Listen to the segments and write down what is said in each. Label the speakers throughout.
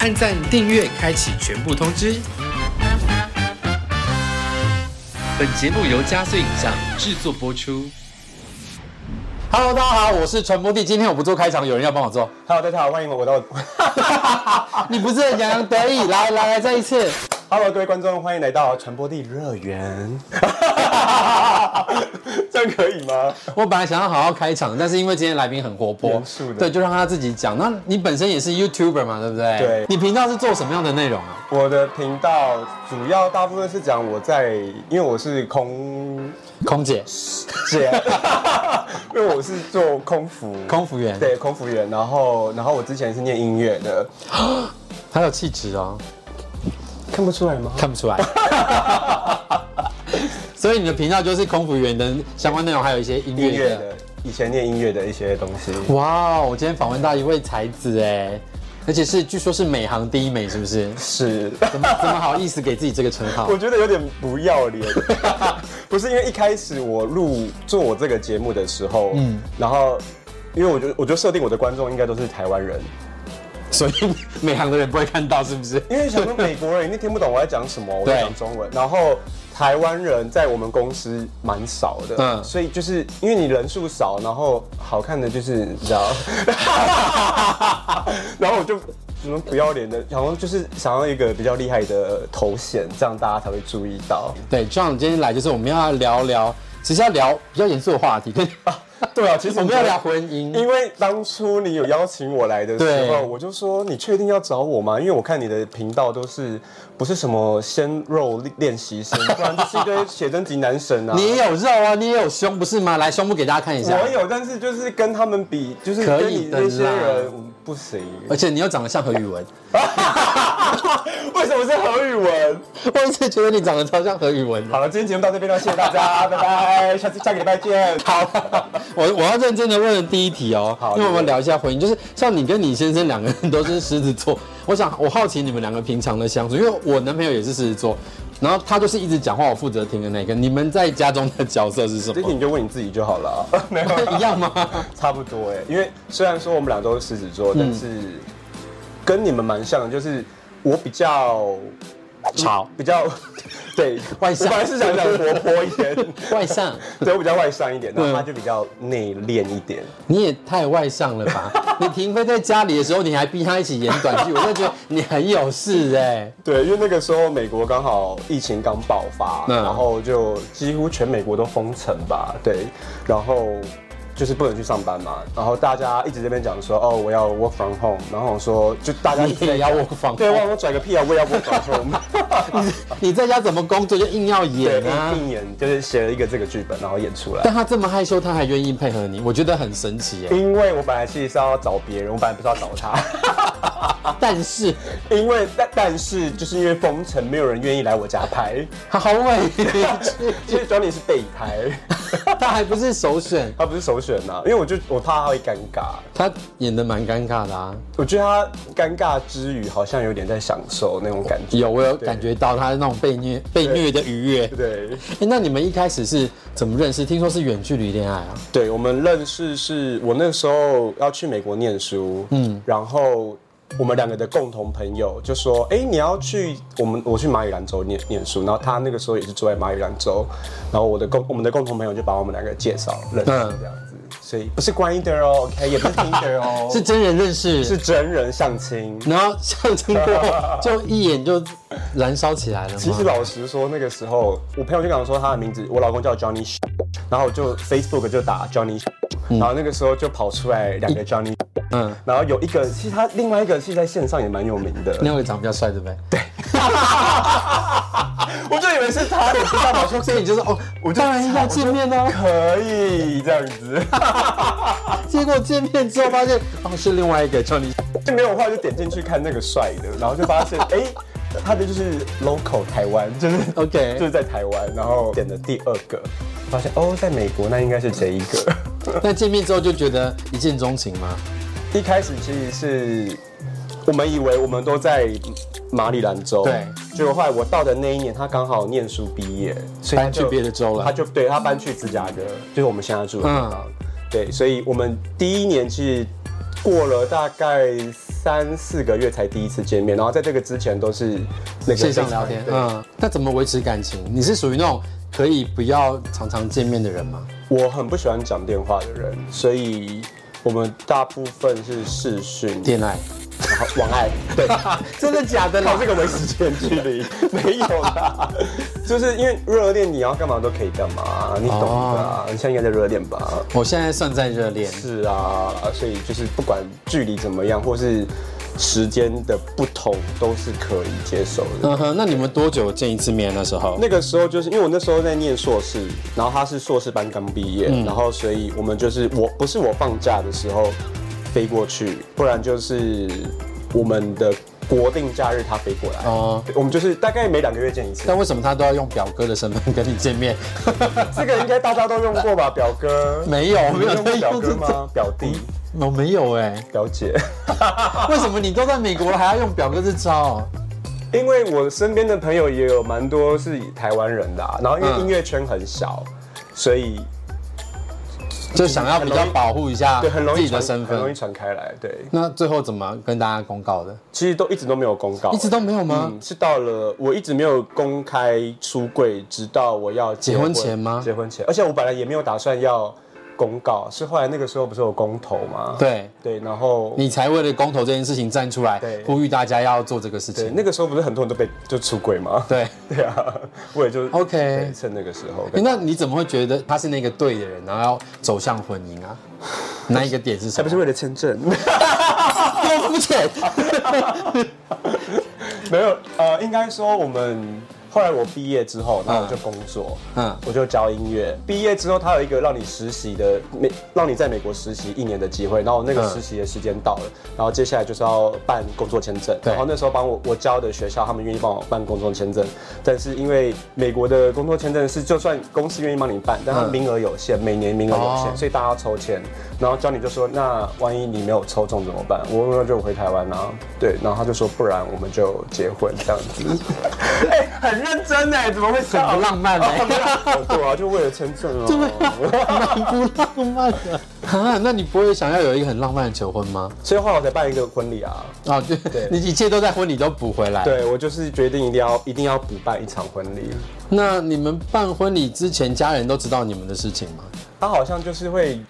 Speaker 1: 按赞、订阅、开启全部通知。本节目由加速影像制作播出。
Speaker 2: Hello，大家好，我是传播帝。今天我不做开场，有人要帮我做。啊
Speaker 3: Hello，大家好，欢迎我到。
Speaker 2: 你不是很洋洋得意？来来来，再一次。
Speaker 3: Hello，各位观众，欢迎来到传播地乐园。 这样可以吗？
Speaker 2: 我本来想要好好开场，但是因为今天来宾很活泼
Speaker 3: 严肃，的
Speaker 2: 对，就让他自己讲。那你本身也是 YouTuber 嘛，对不对？
Speaker 3: 对
Speaker 2: 你频道是做什么样的内容啊？
Speaker 3: 我的频道主要大部分是讲我在，因为我是空
Speaker 2: 空姐、
Speaker 3: 姐， 因为我是做空服，
Speaker 2: 空服员，，
Speaker 3: 对空服员。然后，然后我之前是念音乐的，
Speaker 2: 他有气质哦，
Speaker 3: 看不出来吗？
Speaker 2: 看不出来。 所以你的频道就是空服员的相关内容，还有一些音
Speaker 3: 音
Speaker 2: 乐
Speaker 3: 乐
Speaker 2: 的。
Speaker 3: 的，以前念音乐的一些东西。
Speaker 2: 哇，哦我今天访问到一位才子哎，而且是据说是美行第一美，是不是？
Speaker 3: 是，
Speaker 2: 怎么怎么好意思给自己这个称 号
Speaker 3: 我？觉得有点不要 脸，不是因为一开始我录做我这个节目的时候，嗯，然后因为我就我就设定我的观众应该都是台湾人，
Speaker 2: 所以美行的人不会看到，是不是？
Speaker 3: 因为想说美国人一定听不懂我在讲什么，我在
Speaker 2: 对
Speaker 3: 讲中文，然后台湾人在我们公司蛮少的，
Speaker 2: 嗯
Speaker 3: 嗯，所以就是因为你人数少，然后好看的就是你 知道，然后我就。什么不要脸的，然后就是想要一个比较厉害的头衔，这样大家才会注意到。
Speaker 2: 对，John 今天来就是我们要聊聊，其实要聊比较严肃的话 题，跟
Speaker 3: 对啊，其实
Speaker 2: 我们
Speaker 3: 觉
Speaker 2: 要
Speaker 3: 得
Speaker 2: 聊婚姻。
Speaker 3: 因为当初你有邀请我来的时
Speaker 2: 对
Speaker 3: 候，我就说你确定要找我吗？因为我看你的频道都是不是什么鲜肉练习生，不然就是一堆写真集男神啊。
Speaker 2: 你也有肉啊，你也有胸，不是吗？来，胸部给大家看一下。
Speaker 3: 我有，但是就是跟他们比，就是
Speaker 2: 可
Speaker 3: 跟
Speaker 2: 以
Speaker 3: 你
Speaker 2: 的啦
Speaker 3: 那些人不行。
Speaker 2: 而且你又长得像何宇文，
Speaker 3: 为什么是何宇文？
Speaker 2: 我一直觉得你长得超像何宇文的。
Speaker 3: 好了，今天节目到这边了，谢谢大家，拜拜，下次下个礼拜见。 好，
Speaker 2: 我我要认真的问第一题哦，
Speaker 3: 好
Speaker 2: 因为我们聊一下婚姻，就是像你跟你先生两个人 都是狮子座，我想我好奇你们两个平常的相处，因为我男朋友也是狮子座，然后他就是一直讲话，我负责听的那个。你们在家中的角色是什
Speaker 3: 这题
Speaker 2: 么？
Speaker 3: 你就问你自己就好 了啊，没有啦
Speaker 2: 一样吗？
Speaker 3: 差不多哎，因为虽然说我们俩都是狮子
Speaker 2: 嗯
Speaker 3: 座，但是跟你们蛮像的，就是我比较
Speaker 2: 吵，
Speaker 3: 比较 对
Speaker 2: 外向
Speaker 3: 我本来是想讲活泼一点，
Speaker 2: 外向，
Speaker 3: 对我比较外向一点，然
Speaker 2: 嗯
Speaker 3: 后他就比较内敛一点。
Speaker 2: 你也太外向了 吧？你停飞在家里的时候，你还逼他一起演短剧，我就觉得你很有事哎、
Speaker 3: 对，因为那个时候美国刚好疫情刚爆发，
Speaker 2: 嗯
Speaker 3: 然后就几乎全美国都封城吧，对，然后就是不能去上班嘛，然后大家一直这边讲说，哦，我要 work from home，然后我说就大家一直
Speaker 2: 你也
Speaker 3: 在
Speaker 2: 要
Speaker 3: 讲
Speaker 2: work from
Speaker 3: 对，我我拽个屁啊，我也要 work from home，
Speaker 2: 你在家怎么工作就硬要
Speaker 3: 对，
Speaker 2: 演啊？
Speaker 3: 一演就是写了一个这个剧本，然后演出来。
Speaker 2: 但他这么害羞，他还愿意配合你，我觉得很神奇哎、
Speaker 3: 因为我本来其实是要找别人，我本来不是要找他，
Speaker 2: 但是
Speaker 3: 因为但但是就是因为封城，没有人愿意来我家拍，
Speaker 2: 他好委屈。
Speaker 3: 其实 Johnny 是备胎，
Speaker 2: 他还不是首选，
Speaker 3: 他不是首选呐、因为我就我怕他会尴尬，
Speaker 2: 他演的蛮尴尬的啊。
Speaker 3: 我觉得他尴尬之余，好像有点在享受那种感觉。
Speaker 2: 有，我有感觉到他那种被虐、被虐的愉悦。
Speaker 3: 对，
Speaker 2: 哎，那你们一开始是怎么认识？听说是远距离恋爱啊？
Speaker 3: 对我们认识是我那时候要去美国念书，嗯，然后我们两个的共同朋友就说，哎、你要去我们我去马里兰州念念书，然后他那个时候也是住在马里兰州，然后我的共我们的共同朋友就把我们两个介绍认识
Speaker 2: 嗯，
Speaker 3: 这样子，所以不是 Grinder 哦，OK，也不是 Tinder 哦
Speaker 2: 是真人认识，
Speaker 3: 是真人相亲。
Speaker 2: 然后相亲过，就一眼就燃烧起来了吗？
Speaker 3: 其实老实说，那个时候我朋友就跟我说他的名字，我老公叫 Johnny，Sh- 然后我就 Facebook 就打 Johnny，Sh- 然后那个时候就跑出来两个 Johnny，
Speaker 2: 嗯
Speaker 3: 嗯，然后有一个其实他另外一个是在线上也蛮有名的，
Speaker 2: 那位长得比较帅，对不对？
Speaker 3: 我就以为是他，你知道吗？
Speaker 2: 对，所以你就说哦，我当然要见面啊 啦、
Speaker 3: 可以这样子，
Speaker 2: 结果见面之后发现哦是另外一个 Johnny，
Speaker 3: 就没有话就点进去看那个帅的，然后就发现哎。他的就是 local 台湾，就是
Speaker 2: OK
Speaker 3: 就是在台湾，然后点的第二个，发现哦，在美国那应该是这一个。
Speaker 2: 那见面之后就觉得一见钟情吗？
Speaker 3: 一开始其实是我们以为我们都在马里兰州，
Speaker 2: 对
Speaker 3: 结果后来我到的那一年，他刚好念书毕业，所以他
Speaker 2: 搬去
Speaker 3: 就
Speaker 2: 别的州了
Speaker 3: 他就对他搬去芝加哥，就是我们现在
Speaker 2: 嗯
Speaker 3: 住的地方。对，所以我们第一年是过了大概三四个月才第一次见面，然后在这个之前都是那个
Speaker 2: 线上聊天，
Speaker 3: 对，
Speaker 2: 嗯，那怎么维持感情？你是属于那种可以不要常常见面的人吗？
Speaker 3: 我很不喜欢讲电话的人，所以我们大部分是视讯，
Speaker 2: 恋爱，
Speaker 3: 然后网爱，对，真的假的啦？靠 这个维持间距离，没有啦，就是因为热恋，你要干嘛都可以干嘛，你懂的啊、你现在应该在热恋吧？
Speaker 2: 我现在算在热恋，
Speaker 3: 是啊，所以就是不管距离怎么样，或是时间的不同，都是可以接受的。
Speaker 2: 嗯哼，那你们多久见一次面？那时候，
Speaker 3: 那个时候就是因为我那时候在念硕士，然后他是硕士班刚毕业，
Speaker 2: 嗯
Speaker 3: 然后所以我们就是我不是我放假的时候飞过去，不然就是我们的国定假日他飞过来。
Speaker 2: 哦
Speaker 3: 哦，我们就是大概每两个月见一 次。
Speaker 2: 但为什么他都要用表哥的身份跟你见面？
Speaker 3: 这个应该大家都用过吧，表哥？
Speaker 2: 没有
Speaker 3: 你
Speaker 2: 没有
Speaker 3: 用过
Speaker 2: 在
Speaker 3: 表
Speaker 2: 用
Speaker 3: 哥
Speaker 2: 这
Speaker 3: 吗？表弟、
Speaker 2: 我没有哎、
Speaker 3: 表姐。
Speaker 2: 为什么你都在美国了还要用表哥这招？
Speaker 3: 因为我身边的朋友也有蛮多是台湾人的啊、然后因为
Speaker 2: 嗯
Speaker 3: 音乐圈很小，所以
Speaker 2: 就想要比较保护一下
Speaker 3: 对很容
Speaker 2: 自
Speaker 3: 易
Speaker 2: 己的
Speaker 3: 传
Speaker 2: 身
Speaker 3: 很容易
Speaker 2: 份。
Speaker 3: 传开来。对，
Speaker 2: 那最后怎么跟大家公告的？
Speaker 3: 其实都一直都没有公告，
Speaker 2: 一直都没有吗？
Speaker 3: 嗯，是到了我一直没有公开出柜，直到我要结
Speaker 2: 结婚前吗
Speaker 3: 结婚前，而且我本来也没有打算要公告，是后来那个时候不是有公投吗？
Speaker 2: 对
Speaker 3: 对，然后
Speaker 2: 你才为了公投这件事情站出来
Speaker 3: 对，
Speaker 2: 呼吁大家要做这个事
Speaker 3: 对
Speaker 2: 情。
Speaker 3: 那个时候不是很多人都被就出柜 吗？
Speaker 2: 对，
Speaker 3: 对啊，我也就
Speaker 2: OK
Speaker 3: 对趁那个时候。
Speaker 2: 诶那你怎么会觉得他是那个对的人，然后要走向婚姻啊？那一个点是什
Speaker 3: 还
Speaker 2: 么哦
Speaker 3: 不？是为了 签证， 哎
Speaker 2: 多肤浅！
Speaker 3: 没有，呃，应该说我们后来我毕业之后，然后我就工作，
Speaker 2: 嗯
Speaker 3: 嗯，我就教音乐。毕业之后，他有一个让你实习的美，让你在美国实习一年的机会。然后那个
Speaker 2: 嗯
Speaker 3: 实习的时间到了，然后接下来就是要办工作签证。
Speaker 2: 对
Speaker 3: 然后那时候帮我我教的学校，他们愿意帮我办工作签证，但是因为美国的工作签证是就算公司愿意帮你办，但它名额有限，每年名额有
Speaker 2: 嗯哦
Speaker 3: 限，所以大家要抽签。然后教你就说，那万一你没有抽中怎么办？我那就回台湾啊。对，然后他就说，不然我们就结婚这样子。哎、很认真哎，怎么会
Speaker 2: 很不浪漫哎、
Speaker 3: 哦对啊，就为了签证哦。
Speaker 2: 蛮不浪漫的 啊！那你不会想要有一个很浪漫的求婚吗？
Speaker 3: 所以后来我才办一个婚礼啊。
Speaker 2: 啊，对， 你一切都在婚礼都补回来。，
Speaker 3: 对，我就是决定一定要一定要补办一场婚礼。
Speaker 2: 那你们办婚礼之前，家人都知道你们的事情吗？
Speaker 3: 他好像就是会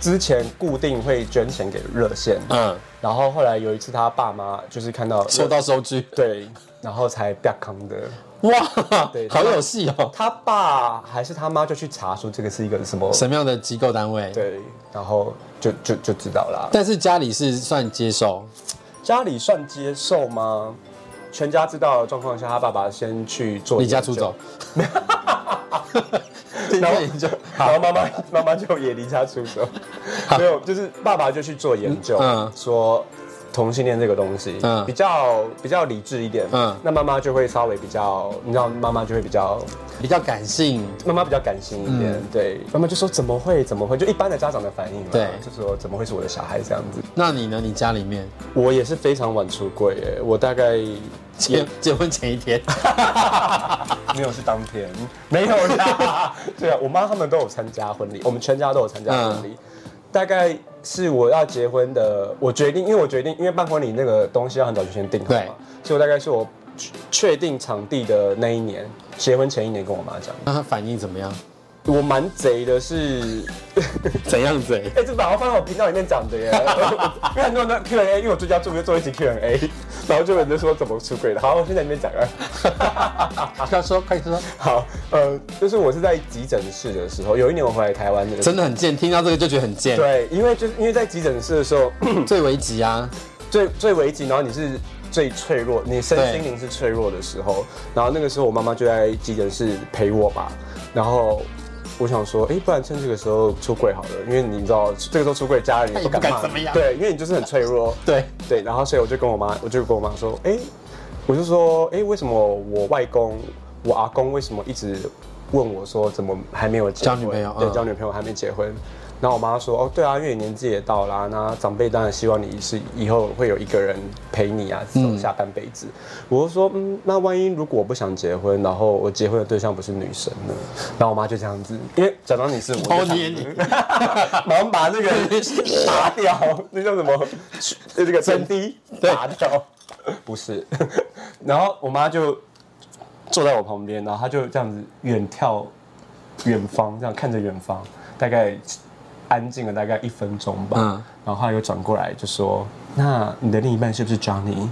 Speaker 3: 之前固定会捐钱给热线，
Speaker 2: 嗯，
Speaker 3: 然后后来有一次他爸妈就是看到
Speaker 2: 收到收据，
Speaker 3: 对，然后才不要康的。
Speaker 2: 哇
Speaker 3: 对，
Speaker 2: 好有戏哦！
Speaker 3: 他爸还是他妈就去查说这个是一个什么，
Speaker 2: 什么样的机构单位？，
Speaker 3: 对，然后就就就知道啦。
Speaker 2: 但是家里是算接受，
Speaker 3: 家里算接受吗？全家知道的状况下，他爸爸先去做
Speaker 2: 离家
Speaker 3: 研
Speaker 2: 出
Speaker 3: 究
Speaker 2: 走，，
Speaker 3: 然后
Speaker 2: 研 究
Speaker 3: 然后妈妈妈妈就也离家出走，没有，就是爸爸就去做研究，
Speaker 2: 嗯
Speaker 3: 说同性恋这个东西，
Speaker 2: 嗯
Speaker 3: 比较比较理智一点，
Speaker 2: 嗯
Speaker 3: 那妈妈就会稍微比较，你知道，妈妈就会比较，
Speaker 2: 比较感性，
Speaker 3: 妈妈比较感性一
Speaker 2: 嗯
Speaker 3: 点，对，妈妈就说怎么会怎么会，就一般的家长的反应嘛，
Speaker 2: 对
Speaker 3: 就说怎么会是我的小孩这样子，
Speaker 2: 那你呢？你家里面
Speaker 3: 我也是非常晚出柜，哎，我大概
Speaker 2: 结结婚前一天，
Speaker 3: 没有，是当天
Speaker 2: 啊
Speaker 3: 没有啦。 对啊，我妈他们都有参加婚礼，我们全家都有参加婚
Speaker 2: 嗯
Speaker 3: 礼。大概是我要结婚的，我决定，因为我决定，因为办婚礼那个东西要很早就先定好
Speaker 2: 对
Speaker 3: 嘛，所以我大概是我确确定场地的那一年，结婚前一年跟我妈讲。
Speaker 2: 那他反应怎么样？
Speaker 3: 我蛮贼的是，
Speaker 2: 怎样子？
Speaker 3: 哎、这把它放在我频道里面讲的耶， 因为很多人都 Q&A，因为我最近要做做一集 Q&A，然后就有人就说怎么出轨的，好，我先在里面讲啊。
Speaker 2: 快说，快说！
Speaker 3: 好，呃，就是我是在急诊室的时候，有一年我回来台湾的，
Speaker 2: 真的很贱，听到这个就觉得很贱，
Speaker 3: 对，因为就是因为在急诊室的时候
Speaker 2: 最危急啊！
Speaker 3: 最最危急，然后你是最脆弱，你身
Speaker 2: 对
Speaker 3: 心灵是脆弱的时候，然后那个时候我妈妈就在急诊室陪我吧，然后。我想说，哎、不然趁这个时候出柜好了，因为你知道，这个时候出柜，家人也不
Speaker 2: 他也
Speaker 3: 敢
Speaker 2: 不
Speaker 3: 骂
Speaker 2: 敢怎么
Speaker 3: 你
Speaker 2: 样
Speaker 3: 对，因为你就是很脆弱，
Speaker 2: 对，
Speaker 3: 对，然后所以我就跟我妈，我就跟我妈说，哎、我就说，哎、为什么我外公、我阿公为什么一直问我说，怎么还没有结婚
Speaker 2: 交女朋友
Speaker 3: 对，
Speaker 2: 嗯
Speaker 3: 交女朋友还没结婚。然后我妈说：“哦，对啊，因为你年纪也到啦，那长辈当然希望你是以后会有一个人陪你啊，走下半辈子。我就说：“嗯，那万一如果我不想结婚，然后我结婚的对象不是女生呢？”然后我妈就这样子，因为假装你是我，
Speaker 2: 偷捏哦你，
Speaker 3: 马上把那个拔掉，那叫什么？这个真滴拔掉，不是。然后我妈就坐在我旁边，然后她就这样子远眺远方，这样看着远方，大概安静了大概一分钟吧。
Speaker 2: 嗯
Speaker 3: 然后她又转过来就说：“那你的另一半是不是 Johnny？”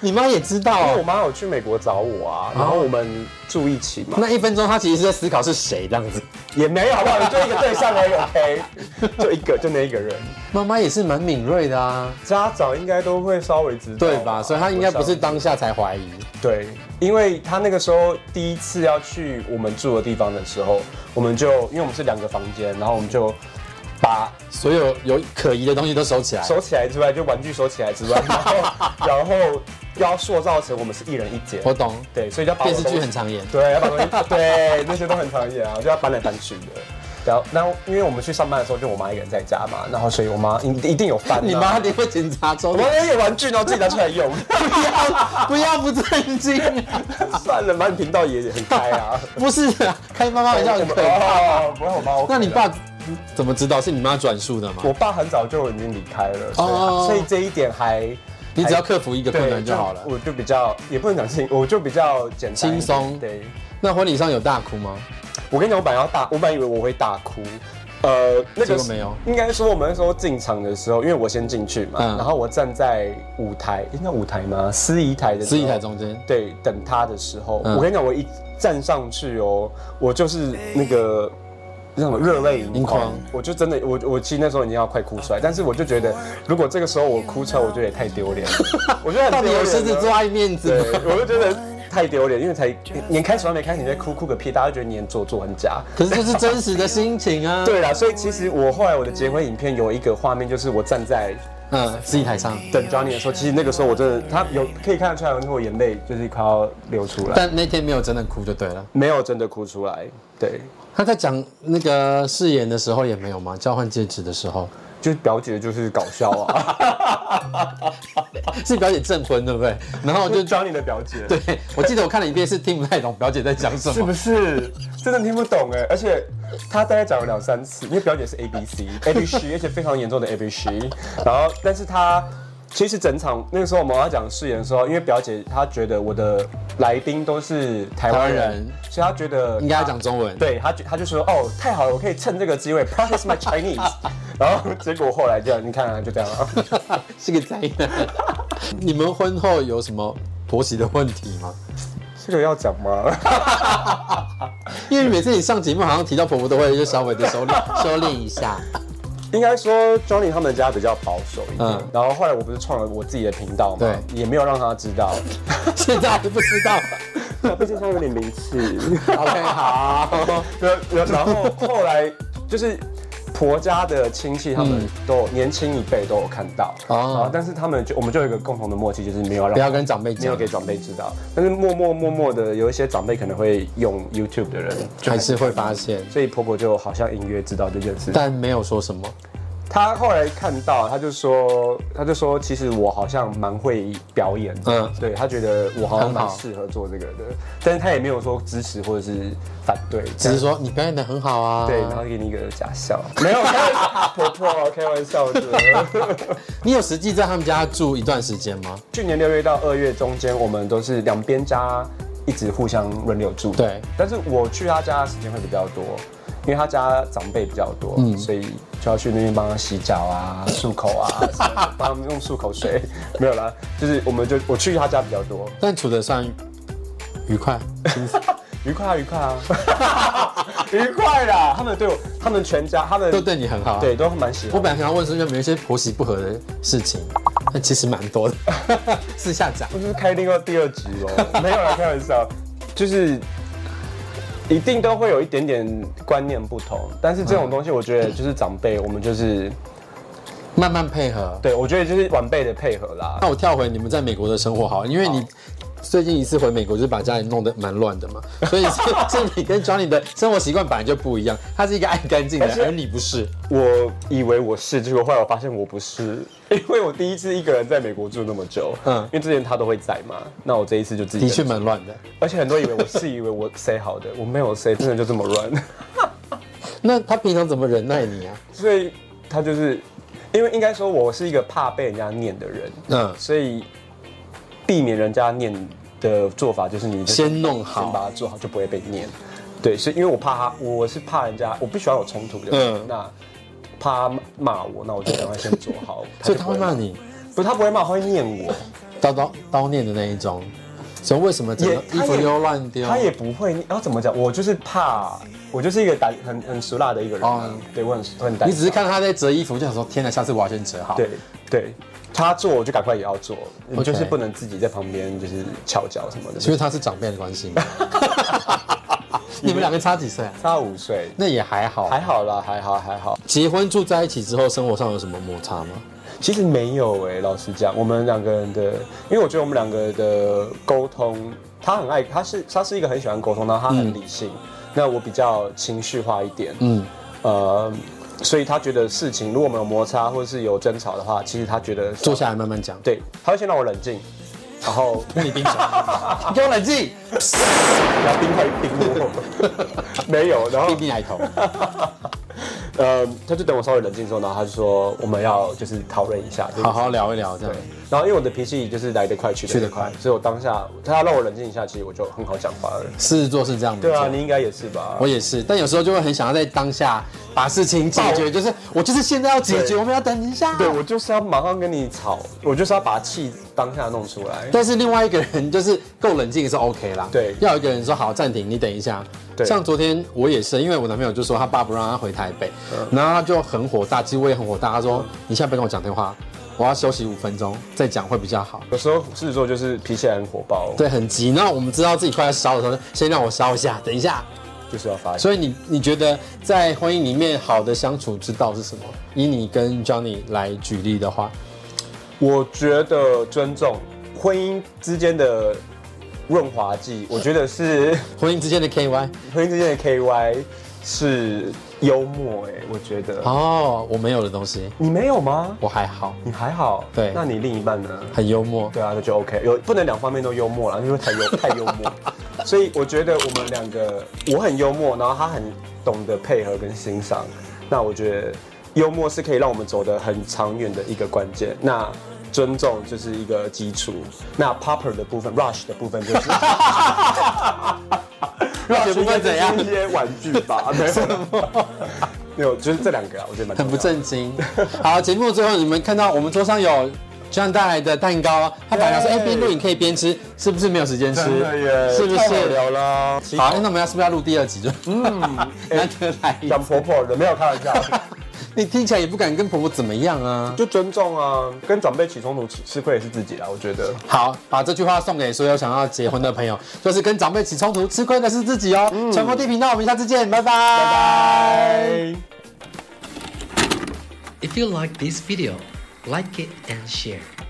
Speaker 2: 你妈也知
Speaker 3: 因为
Speaker 2: 道
Speaker 3: 哦
Speaker 2: 哦
Speaker 3: 我。妈有去美国找我啊，然后我们住一起嘛，
Speaker 2: 那一分钟，她其实是在思考是谁这样子。
Speaker 3: 也没有好不好？就一个对象而已，OK，就一 个，就那一个人。
Speaker 2: 妈妈也是蛮敏锐的啊，
Speaker 3: 家长应该都会稍微知道，
Speaker 2: 对吧？所以她应该不是
Speaker 3: 我想
Speaker 2: 当下才怀疑。
Speaker 3: 对，因为他那个时候第一次要去我们住的地方的时候，我们就因为我们是两个房间，然后我们就把
Speaker 2: 所有有可疑的东西都收起来。
Speaker 3: 收起来之外，就玩具收起来之 外，然后然后要塑造成我们是一人一间，
Speaker 2: 我懂，
Speaker 3: 对，所以要把我
Speaker 2: 电
Speaker 3: 的
Speaker 2: 视
Speaker 3: 东
Speaker 2: 剧
Speaker 3: 西
Speaker 2: 很常演。
Speaker 3: 对，要把东西对那些都很常见啊，就要搬来搬去的。然后，然后因为我们去上班的时候，就我妈一个人在家嘛，然后所以我妈一一定有翻、啊，
Speaker 2: 你妈一定会检查周
Speaker 3: 我
Speaker 2: 边。
Speaker 3: 妈有玩具，然后自己拿出来用。
Speaker 2: 不要不要不正经 啊！
Speaker 3: 算了，把你频道也也很开啊。
Speaker 2: 不是啊， 开妈妈玩笑很可怕。
Speaker 3: 哦，不是我妈。我
Speaker 2: 那你爸怎么知道？是你妈转述的吗？
Speaker 3: 我爸很早就已经离开了，所以、
Speaker 2: 哦
Speaker 3: 所以这一点还
Speaker 2: 你只要克服一个困
Speaker 3: 对
Speaker 2: 难就好了。
Speaker 3: 我就比较也不能讲轻，我就比较简单一点
Speaker 2: 轻松
Speaker 3: 对，
Speaker 2: 那婚礼上有大哭吗？
Speaker 3: 我跟你讲，我本来要大，我本来以为我会大哭。呃，那
Speaker 2: 结
Speaker 3: 个
Speaker 2: 果没有
Speaker 3: 应该说我们那时候进场的时候，因为我先进去嘛，
Speaker 2: 嗯
Speaker 3: 然后我站在舞台，应该舞台吗？司仪台的时
Speaker 2: 司
Speaker 3: 候
Speaker 2: 仪台中间，
Speaker 3: 对，等他的时候，
Speaker 2: 嗯
Speaker 3: 我跟你讲，我一站上去哦，我就是那个那种热泪盈
Speaker 2: 盈
Speaker 3: 眶
Speaker 2: 眶，
Speaker 3: 我就真的，我我其实那时候已经要快哭出来，但是我就觉得，如果这个时候我哭出来，我觉得也太丢 脸了，我觉得很
Speaker 2: 到底
Speaker 3: 丢脸
Speaker 2: 有狮子
Speaker 3: 啊
Speaker 2: 座爱面子
Speaker 3: 对
Speaker 2: 吗？，
Speaker 3: 我就觉得太丢脸，因为才年开始还没开始，你在哭哭个屁，大家觉得你很做作很假。
Speaker 2: 可是这是真实的心情啊。，
Speaker 3: 对啦，所以其实我后来我的结婚影片有一个画面，就是我站在
Speaker 2: 嗯，司仪台上，
Speaker 3: 等 Johnny 的时候，其实那个时候我真的，他有可以看得出来，我眼泪就是快要流出来，
Speaker 2: 但那天没有真的哭就对了。
Speaker 3: 没有真的哭出来。对，
Speaker 2: 他在讲那个誓言的时候也没有吗？交换戒指的时 候，
Speaker 3: 就是表姐就是搞笑啊，
Speaker 2: 是表姐证婚对 不对？然后我 就
Speaker 3: 就 Johnny 的表姐，
Speaker 2: 对，我记得我看了一遍是听不太懂表姐在讲什
Speaker 3: 是
Speaker 2: 么
Speaker 3: 不。是真的听不懂哎？而且他大概讲了两三次，因为表姐是 A B C A B C，而且非常严重的 A B C。然后，但是他其实整场那个时候我们要讲誓言的时候，因为表姐她觉得我的来宾都是台湾
Speaker 2: 台湾
Speaker 3: 人
Speaker 2: 人，
Speaker 3: 所以她觉得
Speaker 2: 应该要讲中文。，
Speaker 3: 对他就他就说哦，太好了，我可以趁这个机会 practice my Chinese。然后结果后来这样，你看啊，就这 样了。
Speaker 2: 是个灾难。 你们婚后有什么婆媳的问题吗？
Speaker 3: 这个要讲吗？
Speaker 2: 因为每次你上节目，好像提到婆婆都会就稍微的收 敛收敛一下。
Speaker 3: 应该说 Johnny 他们家比较保守一点。
Speaker 2: 嗯
Speaker 3: 然后后来我不是创了我自己的频道嘛，
Speaker 2: 对
Speaker 3: 也没有让他知道，
Speaker 2: 现在还不知道。
Speaker 3: 毕 竟他有点名气。
Speaker 2: OK，好。
Speaker 3: 然然后后来就是。婆家的亲戚，他们都
Speaker 2: 嗯
Speaker 3: 有年轻一辈都有看到，
Speaker 2: 哦
Speaker 3: 然后但是他们就我们就有一个共同的默契，就是没有让
Speaker 2: 不要跟长辈讲
Speaker 3: 没有给长辈知道。但是默默默默的，有一些长辈可能会用 YouTube 的人，就
Speaker 2: 还是会发现，
Speaker 3: 所以婆婆就好像隐约知道这件事。
Speaker 2: 但没有说什么。
Speaker 3: 她后来看到，她就说，她就说，其实我好像蛮会表演的，
Speaker 2: 嗯
Speaker 3: 对她觉得我好像
Speaker 2: 很
Speaker 3: 蛮
Speaker 2: 好
Speaker 3: 适合做这个的，但是她也没有说支持或者是反对，
Speaker 2: 只是说你表演的很好啊，
Speaker 3: 对，然后给你一个假笑，没有，开玩笑婆婆开玩笑的。
Speaker 2: 你有实际在他们家住一段时间吗？
Speaker 3: 去年六月到二月中间，我们都是两边家一直互相轮流住。
Speaker 2: 对，
Speaker 3: 但是我去他家的时间会比较多，因为他家长辈比较多，
Speaker 2: 嗯
Speaker 3: 所以就要去那边帮他洗脚啊、漱口 啊，什么的帮他们用漱口水。 没有啦，就是我们就我去他家比较多，
Speaker 2: 但处得算愉快。
Speaker 3: 愉快啊，愉快啊， 愉快啦！他们对我，他们全家，他们
Speaker 2: 都对你很好。啊
Speaker 3: 对，都蛮喜欢
Speaker 2: 我。本来想要问是不是有一些婆媳不和的事情，但其实蛮多的， 私下讲。
Speaker 3: 就是开另外第二集哦， 没有啦，开玩笑，就是一定都会有一点点观念不同，但是这种东西我觉得就是长辈，我们就是
Speaker 2: 慢慢配合。
Speaker 3: 对我觉得就是晚辈的配合啦。
Speaker 2: 那我跳回你们在美国的生活好了，因为你最近一次回美国，就是把家里弄得蛮乱的嘛， 所以是是你跟 Johnny 的生活习惯本来就不一样，他是一个爱干净的
Speaker 3: 但是
Speaker 2: 人，而你不是。
Speaker 3: 我以为我是，结果后来我发现我不是，因为我第一次一个人在美国住那么久，
Speaker 2: 嗯
Speaker 3: 嗯，因为之前他都会在嘛，那我这一次就自己
Speaker 2: 的确
Speaker 3: 一个人
Speaker 2: 蛮乱的。
Speaker 3: 住，而且很多以为我是以为我 say 好的，我没有 say，真的就这么乱，
Speaker 2: 那他平常怎么忍耐你啊？
Speaker 3: 所以他就是，因为应该说我是一个怕被人家念的人，
Speaker 2: 嗯，
Speaker 3: 所以避免人家念的做法就是你就是
Speaker 2: 先弄好
Speaker 3: 先把它做好，就不会被念。对，是因为我怕他，我是怕人家，我不喜欢有冲突的。
Speaker 2: 嗯
Speaker 3: 嗯，那怕他骂我，那我就赶快先做好。
Speaker 2: 所以他
Speaker 3: 就不
Speaker 2: 会骂，你
Speaker 3: 不是他不会骂，他会念我。
Speaker 2: 叨叨叨念的那一种，所以为什么整个
Speaker 3: 也
Speaker 2: 衣
Speaker 3: 他
Speaker 2: 服
Speaker 3: 也
Speaker 2: 又乱丢？
Speaker 3: 他也不会念，要怎么讲？我就是怕，我就是一个胆很很俗辣的一个人啊。
Speaker 2: 哦
Speaker 3: 对，我很我很胆小。
Speaker 2: 你只是看他在折衣服，就想说天哪，下次我要先折好。
Speaker 3: 对对，他做我就赶快也要做，你就是
Speaker 2: OK
Speaker 3: 不能自己在旁边就是翘脚什么的。
Speaker 2: 其实他是长辈的关系嘛。你们两个差几岁啊？
Speaker 3: 差五岁，
Speaker 2: 那也还好。
Speaker 3: 还好啦，还好还好。
Speaker 2: 结婚住在一起之后，生活上有什么摩擦吗？
Speaker 3: 其实没有诶、老实讲，我们两个人的，因为我觉得我们两个的沟通，他很爱，他是他是一个很喜欢沟通，然后他很理性，那我比较情绪化一点，
Speaker 2: 嗯，
Speaker 3: 呃，所以他觉得事情如果我们有摩擦或是有争吵的话，其实他觉得
Speaker 2: 坐下来慢慢 讲。
Speaker 3: 对，他会先让我冷静，然后
Speaker 2: 那你盯着，你给我冷静，
Speaker 3: 然后冰块冰我， 没有，然后
Speaker 2: 一定来头。
Speaker 3: 呃，他就等我稍微冷静之后，然后他就说我们要就是讨论一下，就是
Speaker 2: 好好聊一聊，这样
Speaker 3: 对。，然后因为我的脾气就是来得快去
Speaker 2: 去
Speaker 3: 得
Speaker 2: 得
Speaker 3: 也
Speaker 2: 快
Speaker 3: 快，所以我当下他让我冷静一下，其实我就很好讲话了。
Speaker 2: 狮子座是这样的。
Speaker 3: 对啊，你应该也是吧？
Speaker 2: 我也是，但有时候就会很想要在当下把事情解决，就是我就是现在要解决，
Speaker 3: 对
Speaker 2: 我们要等一下。
Speaker 3: 对我就是要马上跟你吵，我就是要把气当下弄出来。
Speaker 2: 但是另外一个人就是够冷静是 OK 啦，
Speaker 3: 对
Speaker 2: 要有一个人说好暂停，你等一下。
Speaker 3: 对
Speaker 2: 像昨天我也是，因为我男朋友就说他爸不让他回台北，
Speaker 3: 嗯
Speaker 2: 然后他就很火大，其实我也很火大，他说你现在不要跟我讲电话，我要休息五分钟再讲会比较好。
Speaker 3: 有时候狮子座就是脾气很火爆，
Speaker 2: 对，很急。那我们知道自己快要烧的时候，先让我烧一下，等一下。
Speaker 3: 就是要发泄。
Speaker 2: 所以你你觉得在婚姻里面好的相处之道是什么？以你跟 Johnny 来举例的话，
Speaker 3: 我觉得尊重婚姻之间的润滑剂，我觉得是
Speaker 2: 婚姻之间的 KY
Speaker 3: 婚姻之间的 KY 是幽默、哎，我觉得。
Speaker 2: 哦，我没有的东西，
Speaker 3: 你没有吗？
Speaker 2: 我还好，
Speaker 3: 你还好。
Speaker 2: 对
Speaker 3: 那你另一半呢？
Speaker 2: 很幽 默。
Speaker 3: 对啊，那就 OK。有不能两方面都幽默了，因为太 幽太幽默。所以我觉得我们两个，我很幽默，然后他很懂得配合跟欣赏。那我觉得幽默是可以让我们走得很长远的一个关键。那尊重就是一个基础。那 popper 的部分，rush 的部分就是
Speaker 2: rush 部分怎样
Speaker 3: 就是一些玩具 吧，没有啦，没有，就是这两个啊，我觉得蛮重要的
Speaker 2: 很不正经。好，节目最后你们看到我们桌上有 John 带来的蛋糕，他本来想说，哎，
Speaker 3: 耶
Speaker 2: 边录影可以边吃，是不是没有时间吃
Speaker 3: 真的耶，？
Speaker 2: 是不
Speaker 3: 太好
Speaker 2: 是？
Speaker 3: 聊啦？
Speaker 2: 好，哎那我们要是不是要录第二集就？ 嗯，
Speaker 3: 哎
Speaker 2: 难得来一次
Speaker 3: 讲婆婆的没有开玩笑，
Speaker 2: 你听起来也不敢跟婆婆怎么样啊？
Speaker 3: 就尊重啊，跟长辈起冲突吃吃亏也是自己啦，我觉得。
Speaker 2: 好，把这句话送给所有想要结婚的朋友，就是跟长辈起冲突吃亏的是自己哦。传播地频道，我们下次见，拜拜，拜拜。
Speaker 1: If you like this video, like it and share.